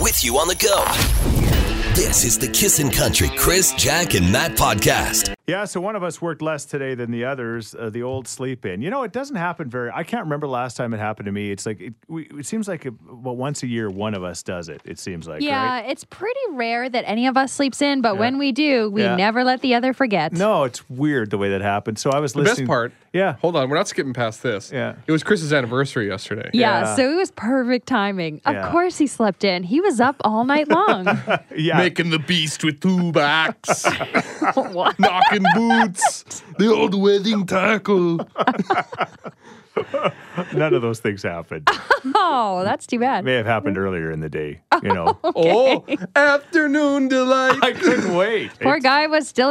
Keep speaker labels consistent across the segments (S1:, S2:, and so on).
S1: with you on the go. This is the Kissin' Country Chris, Jack, and Matt podcast.
S2: Yeah, so one of us worked less today than the others. Uh, the old sleep in. You know, it doesn't happen very. I can't remember last time it happened to me. It's like it, we, it seems like a, well, once a year one of us does it. It seems like
S3: yeah,
S2: right?
S3: it's pretty rare that any of us sleeps in, but when we do, we
S2: Yeah.
S3: never let the other forget.
S2: No, it's weird the way that happened. So I was
S4: The
S2: listening.
S4: best part.
S2: Yeah.
S4: Hold on, we're not skipping past this.
S2: Yeah.
S4: It was Chris's anniversary yesterday.
S3: Yeah,
S2: Yeah.
S3: so it was perfect timing.
S2: Yeah.
S3: Of course, he slept in. He was up all night long.
S2: Yeah.
S4: Making the beast with two backs,
S3: What?
S4: knocking boots, the old wedding tackle.
S2: none of those things happened.
S3: Oh, that's too bad.
S2: May have happened earlier in the day. You know,
S4: Oh, afternoon delight.
S2: I couldn't wait.
S3: Poor
S2: It's-
S3: guy was still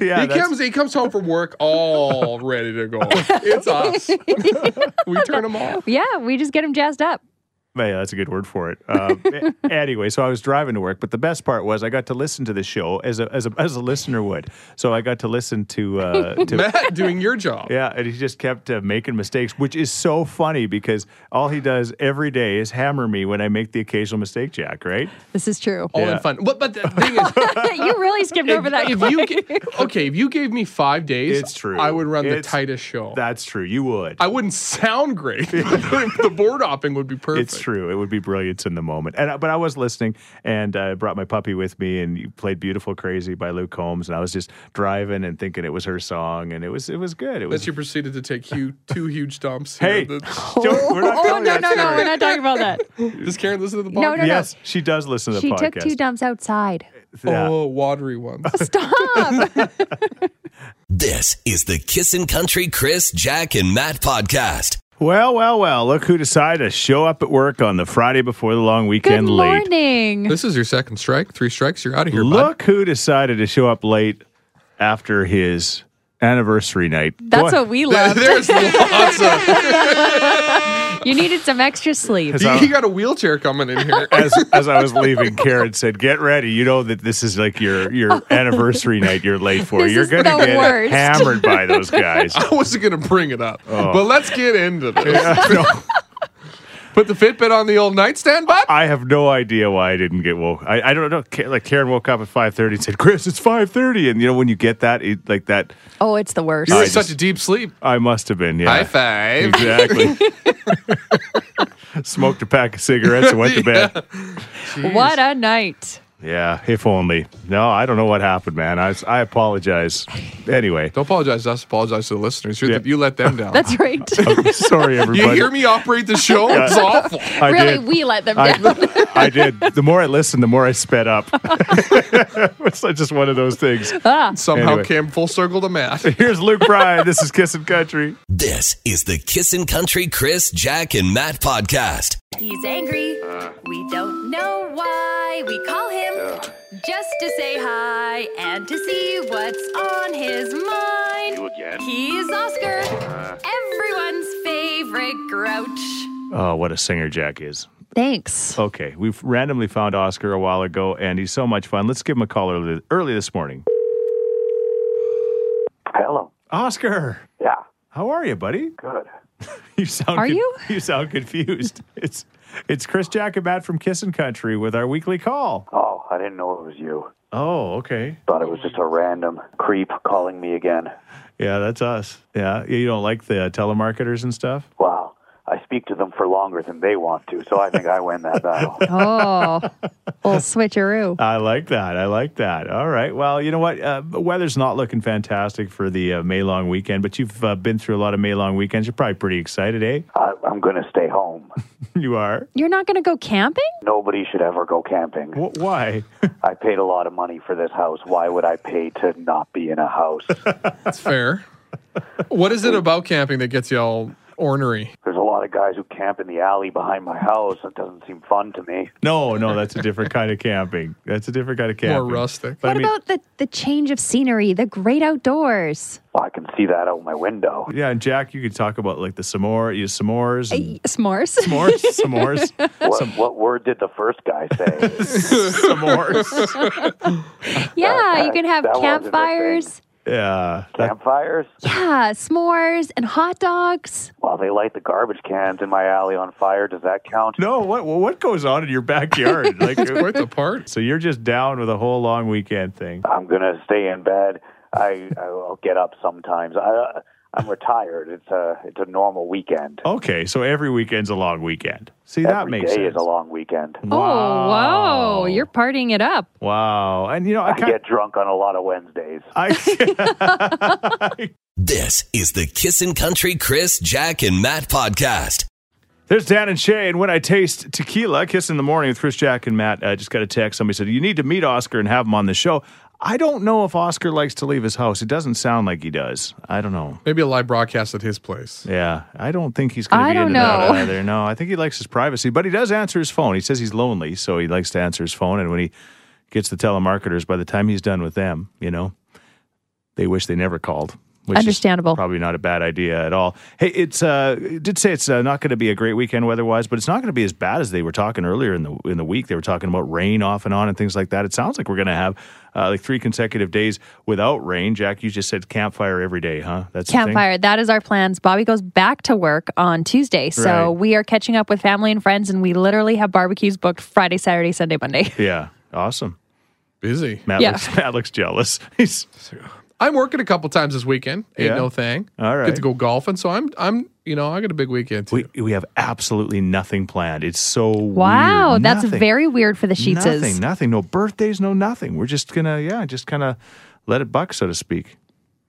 S2: Yeah,
S4: he
S2: that's-
S4: comes. He comes home from work all ready to go. It's us. we turn him off.
S3: Yeah, we just get him jazzed up.
S2: Yeah, that's a good word for it. Um, a- anyway, so I was driving to work, but the best part was I got to listen to the show as a as a, as a listener would. So I got to listen to uh, to
S4: Matt doing your job.
S2: Yeah, and he just kept uh, making mistakes, which is so funny because all he does every day is hammer me when I make the occasional mistake, Jack. Right?
S3: This is true.
S4: All
S2: Yeah.
S4: in fun. But but the thing is,
S3: you really skipped over that.
S4: if
S3: quick.
S4: you ga- okay, if you gave me five days,
S2: It's true.
S4: I would run
S2: It's-
S4: the tightest show.
S2: That's true. You would.
S4: I wouldn't sound great. but the board hopping would be perfect.
S2: It's true. It would be brilliance in the moment. And I- but I was listening, and I brought my puppy with me, and you played "Beautiful Crazy" by Luke Combs, and I was just driving and thinking it was her song, and it was it was good. It
S4: That
S2: was.
S4: you proceeded to take huge, two huge dumps.
S2: Hey,
S4: Here. The-
S2: don't- we're not
S3: oh
S2: telling
S3: no
S2: that
S3: no no!
S2: story.
S3: We're not talking about that.
S4: does Karen listen to the podcast?
S3: No, no, no.
S2: Yes, she does listen to the
S3: She
S2: podcast.
S3: took two dumps outside.
S2: Yeah.
S4: Oh, watery ones.
S3: Stop.
S1: This is the Kissin' Country Chris, Jack, and Matt podcast.
S2: Well, well, well. Look who decided to show up at work on the Friday before the long
S3: Good
S2: weekend late.
S3: morning.
S4: this is your second strike. Three strikes, you're out of here. bud.
S2: Look who decided to show up late after his anniversary night.
S3: That's
S2: Boy,
S3: what we love.
S4: There's lots of.
S3: You needed some extra sleep.
S2: As
S4: You,
S2: I,
S4: you got a wheelchair coming in here.
S2: as, as I was leaving, Karen said, "Get ready. You know that this is like your your anniversary night. You're late for.
S3: This
S2: You're
S3: is
S2: going
S3: the
S2: to get
S3: worst."
S2: hammered by those guys."
S4: I wasn't going to bring it up,
S2: Oh.
S4: but let's get into this. Put the Fitbit on the old nightstand, bud.
S2: I have no idea why I didn't get woke. I, I don't know. Ka- Like Karen woke up at five thirty and said, "Chris, it's 5.30. and you know when you get that, it, like that,
S3: Oh, it's the worst.
S4: You were
S2: I
S4: in such
S2: just-
S4: a deep sleep.
S2: I must have been. Yeah,
S4: High five.
S2: exactly. Smoked a pack of cigarettes and went to bed.
S3: What a night.
S2: Yeah, if only. No, I don't know what happened, man. I, I apologize. Anyway,
S4: Don't apologize to us. Apologize to the listeners. You're
S2: Yeah.
S4: the- you let them down.
S3: That's right.
S2: sorry
S4: you
S2: everybody.
S4: hear me operate the show? It's awful.
S2: I
S3: really,
S2: did.
S3: we let them down.
S2: I, I did. The more I listened, the more I sped up. it's like just one of those things.
S4: Somehow
S2: Anyway.
S4: came full circle to Matt.
S2: Here's Luke Bryan. This is Kissin' Country.
S1: This is the Kissin' Country Chris, Jack, and Matt podcast.
S5: He's angry. we don't know why. We call him just to say hi and to see what's on his mind. He's Oscar,
S6: Uh.
S5: everyone's favorite grouch.
S2: Oh, what a singer Jack is.
S3: Thanks.
S2: Okay, we've randomly found Oscar a while ago, and he's so much fun. Let's give him a call early, early this morning.
S6: Hello.
S2: Oscar,
S6: Yeah.
S2: how are you, buddy?
S6: Good.
S2: You sound
S3: Are you?
S2: You sound confused. it's it's Chris Jack and Matt from Kissin' Country with our weekly call.
S6: Oh, I didn't know it was you.
S2: Oh, okay.
S6: Thought it was just a random creep calling me again.
S2: Yeah, that's us. Yeah, you don't like the uh, telemarketers and stuff.
S6: Wow. I speak to them for longer than they want to, so I think I win that battle.
S3: Oh, little switcheroo.
S2: I like that. I like that. All right. Well, you know what? Uh, the weather's not looking fantastic for the uh, May long weekend, but you've uh, been through a lot of May long weekends. You're probably pretty excited, eh?
S6: I, I'm going to stay home.
S2: you are.
S3: You're not going to go camping?
S6: Nobody should ever go camping.
S2: Wh- why?
S6: I paid a lot of money for this house. Why would I pay to not be in a house?
S4: That's fair. What is it about camping that gets you all ornery?
S6: There's a lot of guys who camp in the alley behind my house. That doesn't seem fun to me.
S2: no, no, that's a different kind of camping. That's a different kind of
S4: More
S2: camping.
S4: rustic.
S2: But
S3: what
S2: I mean,
S3: about the, the change of scenery, the great outdoors?
S6: Well, I can see that out my window.
S2: yeah, and Jack, you could talk about like the s'more, you s'mores, and
S3: S'mores?
S2: s'mores, s'mores,
S6: What, what word did the first guy say?
S2: s'mores.
S3: yeah,
S6: that-
S3: you can have
S6: that wasn't a
S3: campfires.
S2: Yeah. That,
S6: Campfires?
S3: Yeah, s'mores and hot dogs.
S6: Well, they light the garbage cans in my alley on fire. Does that count?
S2: no, what what goes on in your backyard? Like,
S4: Quite the part.
S2: so you're just down with a whole long weekend thing.
S6: I'm gonna stay in bed. I I'll get up sometimes. I uh, I'm retired. It's a it's a normal weekend.
S2: Okay, so every weekend's a long weekend. See, Oh, that
S6: Every
S2: makes
S6: day
S2: sense.
S6: is a long weekend.
S3: Oh, whoa. You're partying it up.
S2: Wow, and you know I
S6: I
S2: kind of
S6: get drunk on a lot of Wednesdays.
S2: I
S1: This is the Kissin' Country Chris, Jack, and Matt podcast.
S2: There's Dan and Shay, and when I taste tequila, Kiss in the Morning with Chris, Jack, and Matt. I just got a text. Somebody said, You need to meet Oscar and have him on the show. I don't know if Oscar likes to leave his house. It doesn't sound like he does. I don't know.
S4: Maybe a live broadcast at his place.
S2: Yeah, I don't think he's going to
S3: I
S2: be
S3: don't
S2: into that
S3: know.
S2: either. No, I think he likes his privacy, but he does answer his phone. He says he's lonely, so he likes to answer his phone. And when he gets the telemarketers, by the time he's done with them, you know, they wish they never called. Which is
S3: Understandable.
S2: probably not a bad idea at all. Hey, it's uh, it did say it's uh, not going to be a great weekend weather-wise, but it's not going to be as bad as they were talking earlier in the in the week. They were talking about rain off and on and things like that. It sounds like we're going to have uh, like three consecutive days without rain. Jack, you just said campfire every day, huh? That's the thing?
S3: Campfire. That is our plans. Bobby goes back to work on Tuesday. So
S2: Right.
S3: we are catching up with family and friends, and we literally have barbecues booked Friday, Saturday, Sunday, Monday.
S2: Yeah, awesome.
S4: Busy.
S2: Matt,
S3: Yeah.
S2: looks, Matt looks jealous. He's
S4: I'm working a couple times this weekend. Ain't
S2: Yeah.
S4: no thing.
S2: All right.
S4: Get to go golfing. So I'm I'm you know, I got a big weekend too.
S2: we we have absolutely nothing planned. It's so
S3: Wow.
S2: weird.
S3: That's
S2: Nothing.
S3: very weird for the Sheetses.
S2: nothing, nothing, no birthdays, no nothing. We're just gonna yeah, just kind of let it buck, so to speak.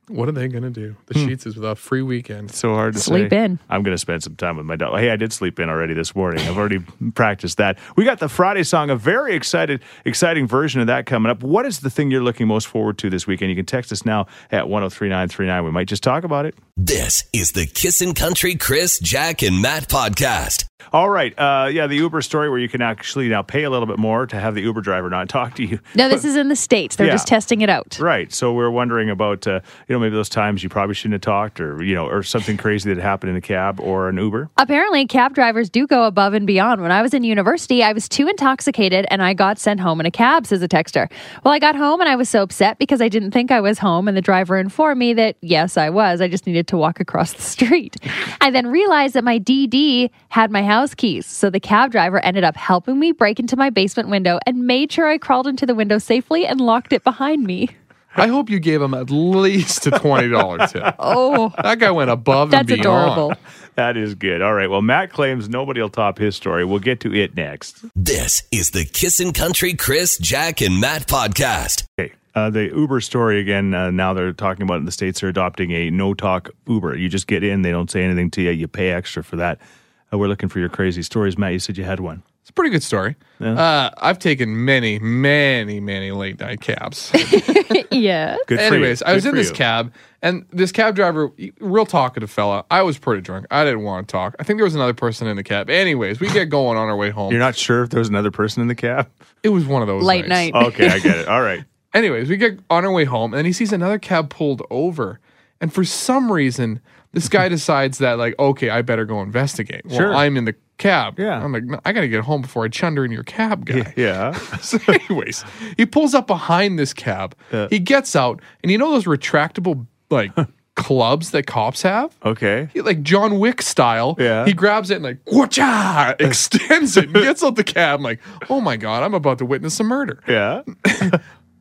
S4: What are they gonna do? The
S2: Hmm.
S4: sheets is without free weekend.
S2: It's so hard to
S3: Sleep
S2: say.
S3: in.
S2: I'm gonna spend some time with my dog. Hey, I did sleep in already this morning. I've already practiced that. We got the Friday song, a very excited, exciting version of that coming up. What is the thing you're looking most forward to this weekend? You can text us now at 103939. We might just talk about it.
S1: This is the Kissin' Country Chris, Jack, and Matt podcast.
S2: All right. Uh, yeah, the Uber story where you can actually now pay a little bit more to have the Uber driver not talk to you.
S3: No, this is in the States. They're
S2: Yeah.
S3: just testing it out.
S2: Right. So we're wondering about, uh, you know, maybe those times you probably shouldn't have talked or, you know, or something crazy that happened in a cab or an Uber.
S3: Apparently, cab drivers do go above and beyond. When I was in university, I was too intoxicated and I got sent home in a cab, says a texter. Well, I got home and I was so upset because I didn't think I was home, and the driver informed me that, yes, I was. I just needed to walk across the street. I then realized that my DD had my house keys. So the cab driver ended up helping me break into my basement window and made sure I crawled into the window safely and locked it behind me.
S4: I hope you gave him at least a twenty dollar tip.
S3: Oh,
S4: That guy went above and
S3: that's
S4: beyond.
S3: adorable.
S2: That is good. All right. Well, Matt claims nobody will top his story. We'll get to it next.
S1: This is the Kissin' Country Chris, Jack, and Matt podcast.
S2: Okay. Uh, the Uber story again. Uh, now they're talking about it in the states. They're adopting a no-talk Uber. You just get in. They don't say anything to you. You pay extra for that. Uh, we're looking for your crazy stories, Matt. You said you had one.
S4: It's a pretty good story. Uh, I've taken many, many, many late night cabs.
S3: yeah.
S2: Good. for you.
S4: Anyways, I
S2: Good
S4: was in
S2: for
S4: this
S2: you.
S4: cab, and this cab driver, real talkative fella. I was pretty drunk. I didn't want to talk. I think there was another person in the cab. Anyways, we get going on our way home.
S2: You're not sure if there was another person in the cab.
S4: it was one of those
S3: Late
S4: nights.
S3: night.
S2: Okay, I get it. All right.
S4: Anyways, we get on our way home, and he sees another cab pulled over, and for some reason, this guy decides that like, okay, I better go investigate. Well,
S2: Sure.
S4: I'm in the cab.
S2: Yeah.
S4: I'm like, no, I gotta get home before I chunder in your cab, guy.
S2: Yeah.
S4: So, anyways, he pulls up behind this cab. He gets out, and you know those retractable like clubs that cops have.
S2: Okay.
S4: He, like John Wick style,
S2: Yeah.
S4: he grabs it and like whacha extends it, and gets out the cab. I'm like, oh my god, I'm about to witness a murder.
S2: Yeah.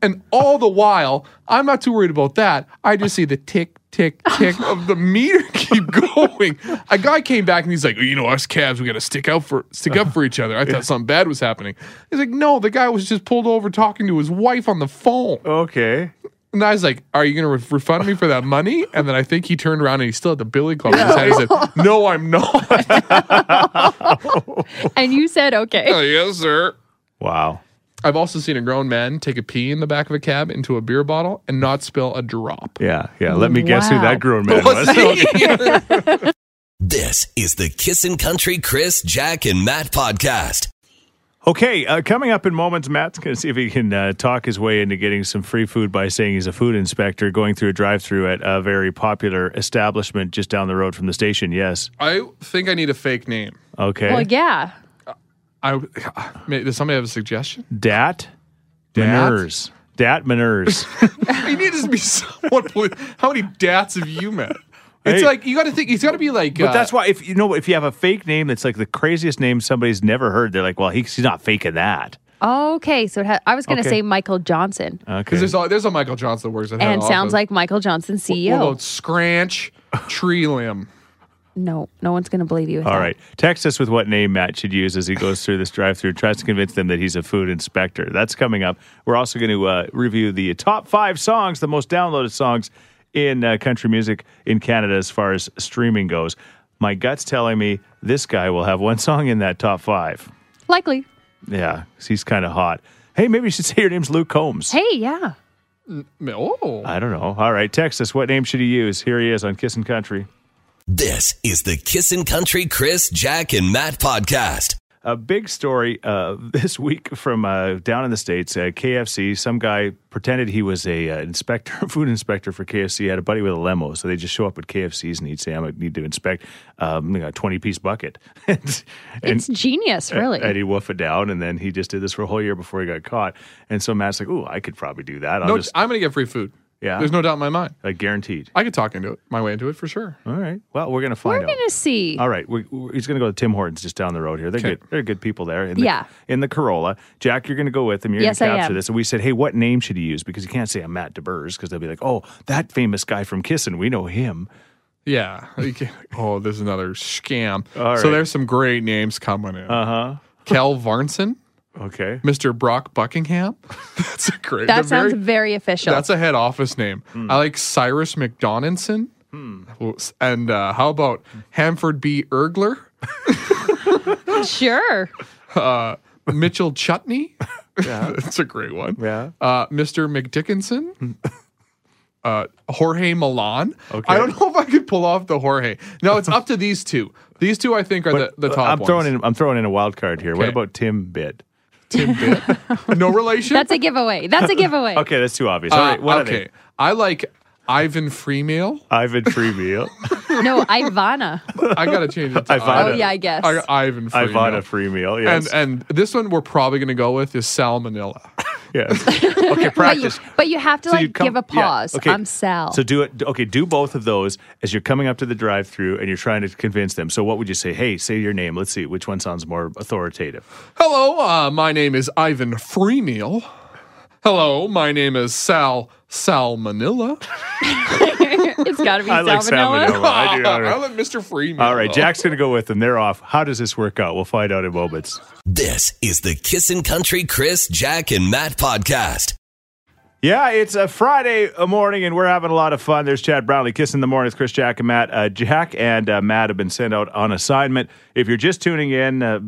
S4: And all the while, I'm not too worried about that. I just see the tick, tick, tick of the meter keep going. A guy came back and he's like, you know, us cabs, we gotta stick out for stick up for each other. I thought something bad was happening. He's like, no, the guy was just pulled over talking to his wife on the phone.
S2: Okay.
S4: And I was like, "Are you going to re- refund me for that money?" And then I think he turned around and he still had the billy club in his hand. He said, "No, I'm not." I'm like,
S3: And you said, okay.
S4: yes, sir.
S2: Wow.
S4: I've also seen a grown man take a pee in the back of a cab into a beer bottle and not spill a drop.
S2: Yeah. Yeah. Let me guess who
S3: Wow.
S2: that grown man was.
S1: This is the Kissin' Country Chris, Jack, and Matt podcast.
S2: Okay, uh, coming up in moments, Matt's going to see if he can uh, talk his way into getting some free food by saying he's a food inspector going through a drive through at a very popular establishment just down the road from the station. Yes.
S4: I think I need a fake name.
S2: Okay.
S3: Well, yeah.
S4: I may, does somebody have a suggestion?
S2: Dat
S4: Dat?
S2: Meners. Datmaners.
S4: You need to be somewhat. polit- How many dats have you met? It's
S2: Hey.
S4: like you got to think. He's got to be like. uh,
S2: But that's why if you know if you have a fake name that's like the craziest name somebody's never heard, they're like, well, he, he's not faking that.
S3: Okay, so it ha- I was going to
S2: Okay. Uh,
S3: say Michael Johnson,
S2: Okay.
S4: because there's a, there's a Michael Johnson that works at head
S3: and sounds
S4: office.
S3: like Michael Johnson E CEO.
S4: What about Scranch Tree Limb?
S3: no, no one's going to believe you. With
S2: All
S3: that.
S2: right. Text us with what name Matt should use as he goes through this drive through and tries to convince them that he's a food inspector. That's coming up. We're also going to uh, review the top five songs, the most downloaded songs in uh, country music in Canada as far as streaming goes. My gut's telling me this guy will have one song in that top five.
S3: likely.
S2: Yeah, 'cause he's kind of hot. Hey, maybe you should say your name's Luke Combs.
S3: Hey, yeah.
S4: Oh,
S2: I don't know. All right, text us. What name should he use? Here he is on Kissin' Country.
S1: This is the Kissin' Country Chris, Jack, and Matt podcast.
S2: a big story uh, this week from uh, down in the states, uh, KFC. Some guy pretended he was a uh, inspector, food inspector for KFC. Had a buddy with a limo, so they just show up at KFCs and he'd say, "I am need to inspect um, like a twenty piece bucket," and, and- E-
S3: It's genius, really.
S2: and he woofed it down. And then he just did this for a whole year before he got caught. And so Matt's like, "Ooh, I could probably do that. I'll
S4: no,
S2: just
S4: I'm gonna get free food.
S2: Yeah.
S4: there's no doubt in my mind.
S2: like guaranteed."
S4: I could talk into it, my way into it for sure.
S2: All right. Well, we're gonna find
S3: We're
S2: out.
S3: going to see.
S2: All right, we, we- he's going to go to Tim Hortons just down the road here. They're
S4: Okay.
S2: good. They're good people there. In the,
S3: Yeah.
S2: In the Corolla, Jack, you're going to go with him. You're
S3: Yes, I
S2: going to capture
S3: am.
S2: this. And we said, hey, what name should he use? Because you can't say I'm Matt DeBurs because they'll be like, oh, that famous guy from Kissin'. We know him.
S4: Yeah. You can't- oh, there's another scam.
S2: All
S4: So
S2: right.
S4: there's some great names coming in.
S2: Uh huh.
S4: Kel Varnson,
S2: Okay.
S4: Mr. Brock Buckingham. That's a great.
S3: that
S4: a
S3: sounds
S4: very-
S3: very, official.
S4: That's a head office name.
S2: Hmm.
S4: I like Cyrus McDonaldson. And uh, how about Hamford B. Ergler,
S3: sure.
S4: Mitchell Chutney? Yeah, that's a great one.
S2: Yeah. Hmm.
S4: uh, Mr. McDickinson, uh, Jorge Milan. Okay. I don't know if I could pull off the Jorge. No, it's up to these two. These two, I think, are the, the top
S2: I'm
S4: ones.
S2: throwing in. I'm throwing in a wild card here. What
S4: Okay.
S2: about Tim Bit?
S4: Tim Bit. No relation.
S3: That's a giveaway. That's a giveaway.
S2: Okay, that's too obvious.
S4: Uh,
S2: All right, what
S4: okay. I like Ivan Freemail.
S2: are they? Ivan Freemeal.
S3: No, Ivana.
S4: I gotta change it. To
S2: Ivana.
S3: Oh, yeah, I guess.
S4: I, Ivan Freemail.
S2: Ivana Freemeal. Yes.
S4: And and this one we're probably gonna go with is Salmonella.
S2: yes. Okay,
S3: But you,
S2: practice.
S3: but you have to
S2: So you
S3: like
S2: come-
S3: give a
S2: yeah,
S3: pause.
S2: okay.
S3: I'm Sal.
S2: So do it. Okay, do both of those as you're coming up to the drive-through and you're trying to convince them. So what would you say? Hey, say your name. Let's see which one sounds more authoritative.
S4: Hello, uh, my name is Ivan Freemeal. Hello, my name is Sal Salmonella.
S3: it's got to be
S2: I like
S3: Salmonella.
S2: salmonella. I do. All
S4: I
S2: right.
S4: like Mr. Freeman.
S2: All right,
S4: though.
S2: Jack's gonna go with them. They're off. How does this work out? We'll find out in moments.
S1: This is the Kissin' Country Chris, Jack, and Matt podcast.
S2: Yeah, it's a Friday morning, and we're having a lot of fun. There's Chad Brownlee kissing the morning with Chris, Jack, and Matt. Uh, Jack and uh, Matt have been sent out on assignment. If you're just tuning in, uh,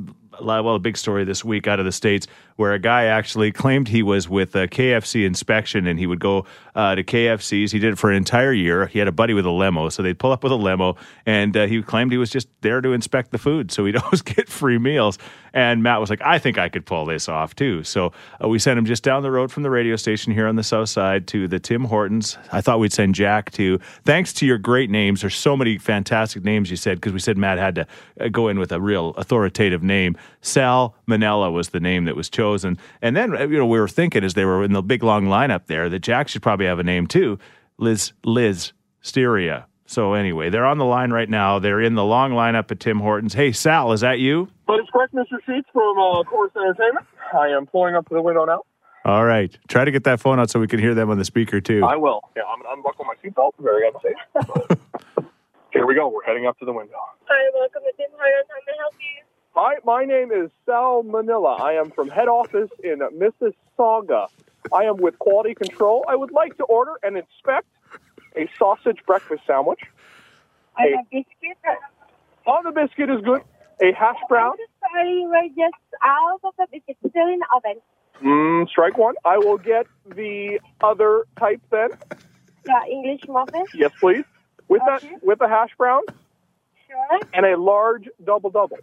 S2: li- well, a big story this week out of the states where a guy actually claimed he was with a KFC inspection, and he would go uh, to KFCs. He did it for an entire year. He had a buddy with a limo, so they'd pull up with a limo, and uh, he claimed he was just there to inspect the food, so he'd always get free meals. And Matt was like, "I think I could pull this off too." So uh, we sent him just down the road from the radio station here on the south side to the Tim Hortons. I thought we'd send Jack to. Thanks to your great names, there's so many fantastic names you said because we said Matt had to uh, go in with a real authoritative name. Sal Manella was the name that was chosen, and then uh, you know we were thinking as they were in the big long lineup there that Jack should probably have a name too. Liz Liz Styria. So anyway, they're on the line right now. They're in the long lineup at Tim Hortons. Hey Sal, is that you?
S7: But it's correct, Mr. Sheets from uh, Chorus Entertainment. I am pulling up to the window now.
S2: All right. Try to get that phone out so we can hear them on the speaker too.
S7: I will. Yeah, I'm going to unbuckle my seatbelt. Very unsafe. Here we go. We're heading up to the window.
S8: Hi, welcome to Tim Hortons. How can I help you?
S7: My, my name is Sal Manila. I am from head office in Mississauga. I am with quality control. I would like to order and inspect a sausage breakfast sandwich.
S8: I
S7: Hey.
S8: have biscuits.
S7: On the biscuit is good. A hash brown.
S8: I'm so sorry, we're just out of the biscuits. Still in the oven.
S7: Mm, strike one. I will get the other type then.
S8: Yeah, English muffin.
S7: Yes, please. With that,
S8: Okay.
S7: with a hash brown
S8: Sure.
S7: and a large double double.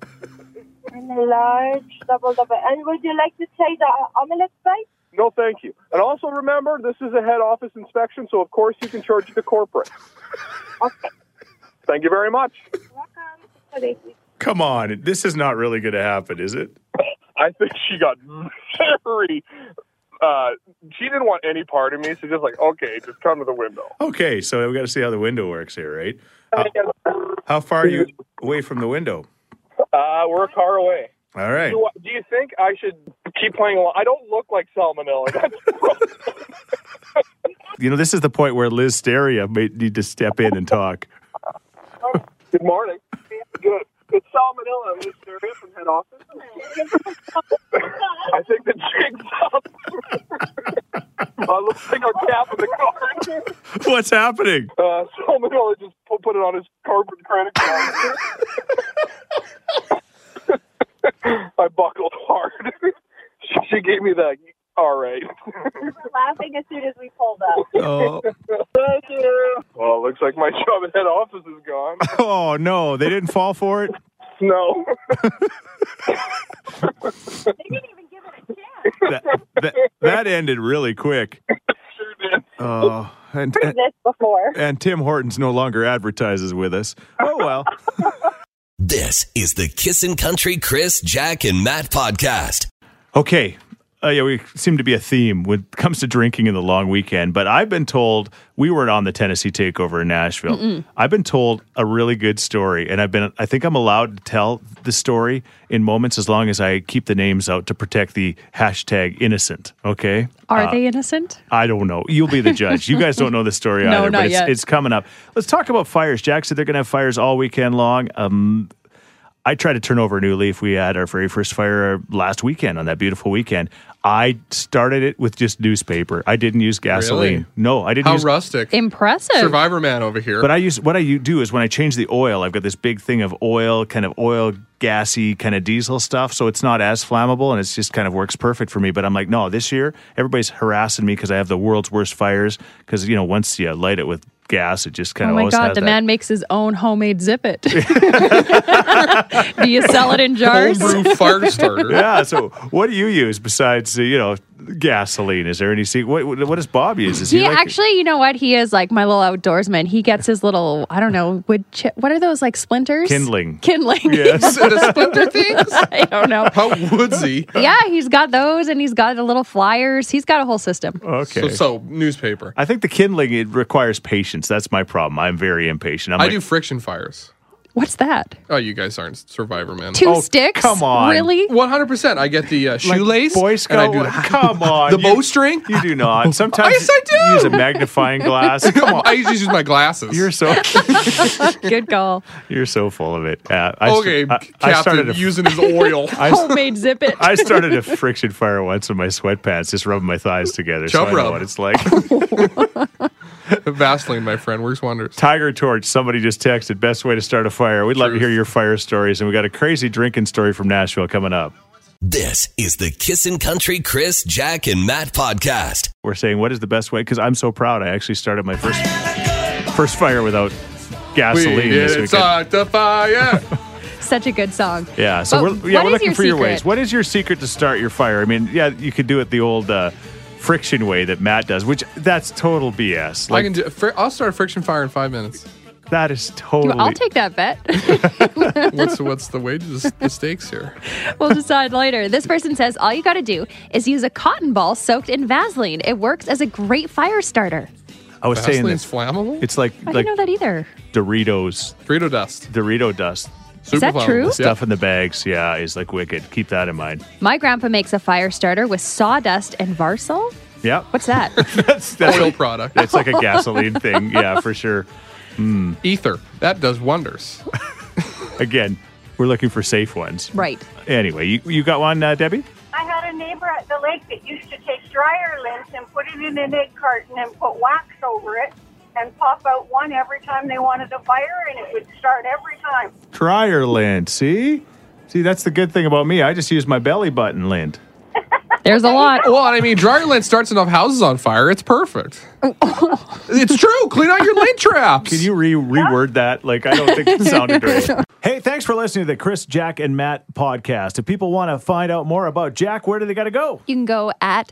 S8: And a large double double. And would you like to try the uh, omelette side?
S7: No, thank you. And also remember, this is a head office inspection, so of course you can charge it to corporate.
S8: Okay.
S7: Thank you very much.
S8: Welcome. Today, please.
S2: Come on. This is not really going to happen, is it?
S7: I think she got very uh, she didn't want any part of me. So just like, okay, just come to the window.
S2: Okay, so we got to see how the window works here, right?
S8: Uh,
S2: How, how far are you away from the window?
S7: Uh, we're a car away.
S2: All right.
S7: Do, do you think I should keep playing along? I don't look like Salmonella. That's the problem.
S2: You know, this is the point where Liz Steria may need to step in and talk.
S7: Good morning. Good. It's Salmonella. Miss Daria from head office. I think the jig's up. uh, let's take our cap in the car.
S2: What's happening?
S7: Uh, Salmonella just pu- put it on his corporate credit card. I buckled hard. she, she gave me that. All right.
S8: laughing as soon as we pulled up.
S2: Oh,
S7: Thank you. Well, looks like my job at head office is gone.
S2: oh no, they didn't fall for it.
S7: No.
S8: They didn't even give it a chance.
S2: That, that, that ended really quick.
S7: sure did.
S2: Oh, and, and
S8: This before.
S2: and Tim Hortons no longer advertises with us. Oh well.
S1: This is the Kissin' Country Chris, Jack, and Matt podcast.
S2: Okay. Uh, yeah, we seem to be a theme when it comes to drinking in the long weekend. But I've been told we weren't on the Tennessee takeover in Nashville. I've been told a really good story, and I've been I think I'm allowed to tell the story in moments as long as I keep the names out to protect the hashtag innocent. Okay.
S3: Are they innocent?
S2: I don't know. You'll be the judge. You guys don't know the story
S3: No,
S2: either,
S3: not
S2: but it's,
S3: yet.
S2: it's coming up. Let's talk about fires. Jack said they're going to have fires all weekend long. Um, I tried to turn over a new leaf. We had our very first fire uh, last weekend on that beautiful weekend. I started it with just newspaper. I didn't use gasoline.
S4: Really?
S2: No, I didn't
S4: How
S2: use.
S4: rustic.
S3: Impressive.
S4: Survivor Man over here.
S2: But I use what I u- do is when I change the oil, I've got this big thing of oil, kind of oil gassy, kind of diesel stuff. So it's not as flammable, and it's just kind of works perfect for me. But I'm like, no, this year everybody's harassing me because I have the world's worst fires. Because you know, once you light it with gas, it just kind
S3: Oh
S2: of
S3: my
S2: always
S3: God,
S2: has
S3: the
S2: that-
S3: man makes his own homemade zip it. Do you sell it in jars?
S4: Homebrew fire starter.
S2: yeah. So what do you use besides uh, you know gasoline? Is there any secret? What, what what does Bob use? Is
S3: He
S2: like-
S3: actually, you know what? He is like my little outdoorsman. He gets his little, I don't know, wood chip. What are those like splinters?
S2: Kindling.
S3: Kindling.
S2: Yes.
S4: the splinter things?
S3: I don't know.
S4: How woodsy.
S3: Yeah, he's got those and he's got the little flyers. He's got a whole system.
S2: Okay.
S4: So, so newspaper.
S2: I think the kindling it requires patience. That's my problem. I'm very impatient. I'm
S4: I
S2: like,
S4: do friction fires.
S3: What's that?
S4: Oh, you guys aren't Survivor Man.
S3: Two
S2: Oh,
S3: sticks?
S2: come on.
S3: Really?
S4: One hundred percent. I get the uh, shoelace,
S2: Boy
S4: and I
S2: Scout.
S4: do the,
S2: Come on,
S4: the
S2: you-
S4: bowstring.
S2: You do not. Sometimes
S4: Yes, I do.
S2: you use a magnifying glass. Come on,
S4: I usually use my glasses.
S2: you're so
S3: Good call.
S2: you're so full of it. Uh, I, st-
S4: okay,
S2: I,
S4: Captain,
S2: I started a,
S4: using his oil.
S2: I s-
S3: Homemade zip it.
S2: I started a friction fire once in my sweatpants, just rubbing my thighs together. so
S4: Chub
S2: I know
S4: rub.
S2: what it's like.
S4: Vaseline, my friend, works wonders.
S2: Tiger Torch. Somebody just texted best way to start a fire. We'd love to hear your fire stories, and we got a crazy drinking story from Nashville coming up.
S1: This is the Kissin' Country Chris, Jack, and Matt podcast.
S2: We're saying what is the best way because I'm so proud. I actually started my first first fire without gasoline this
S4: did
S2: weekend.
S4: it, start the fire.
S3: Such a good song.
S2: Yeah, so
S3: But
S2: we're yeah
S3: Oh, what
S2: we're
S3: is
S2: looking for your
S3: secret?
S2: ways. What is your secret to start your fire? I mean, yeah, you could do it the old uh, friction way that Matt does, which that's total BS.
S4: I
S2: Like
S4: can do. fr- I'll start a friction fire in five minutes.
S2: that is totally.
S3: I'll take that bet.
S4: What's what's the wages, the stakes here?
S3: we'll decide later. This person says all you got to do is use a cotton ball soaked in Vaseline. It works as a great fire starter.
S2: I was saying
S4: Vaseline's
S2: this.
S4: flammable.
S2: It's like
S3: I
S2: like
S3: didn't know that either.
S2: Doritos,
S4: Dorito dust.
S2: Dorito dust
S4: Super
S3: that
S4: flammable.
S3: true?
S4: Yeah.
S2: stuff in the bags. Yeah, is like wicked. Keep that in mind.
S3: My grandpa makes a fire starter with sawdust and varsol.
S2: Yeah,
S3: What's that?
S2: that's that's
S4: Oil product.
S2: it's like a gasoline thing. Yeah, for sure.
S4: Ether. That does wonders.
S2: Again, we're looking for safe ones.
S3: right.
S2: Anyway, you, you got one, uh, Debbie?
S8: I had a neighbor at the lake that used to take dryer lint and put it in an egg carton and put wax over it and pop out one every time they wanted a fire, and it would start every time.
S2: dryer lint. See, see, that's the good thing about me. I just use my belly button lint.
S3: There's a lot.
S4: Well, I mean, dryer lint starts enough houses on fire. It's perfect. it's true. Clean out your lint traps.
S2: Can you re- reword that? Like, I don't think it sounded right. Hey, thanks for listening to the Chris, Jack, and Matt podcast. If people want to find out more about Jack, where do they got to go?
S3: You can go at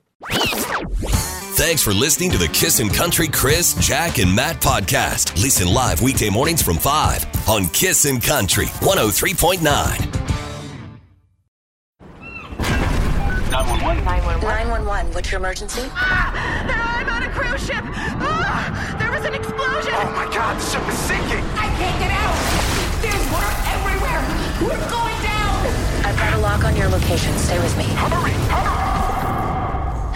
S1: Thanks for listening to the Kissin' Country Chris, Jack, and Matt podcast. Listen live weekday mornings from 5 on Kissin' Country 103.9.
S9: 911, what's your emergency?
S10: Ah, I'm on a cruise ship. Ah, there was an explosion.
S11: Oh my god, the ship is sinking!
S10: I can't get out. There's water everywhere. We're going down.
S9: I've got a lock on your location. Stay with me.
S11: Hurry! Hurry!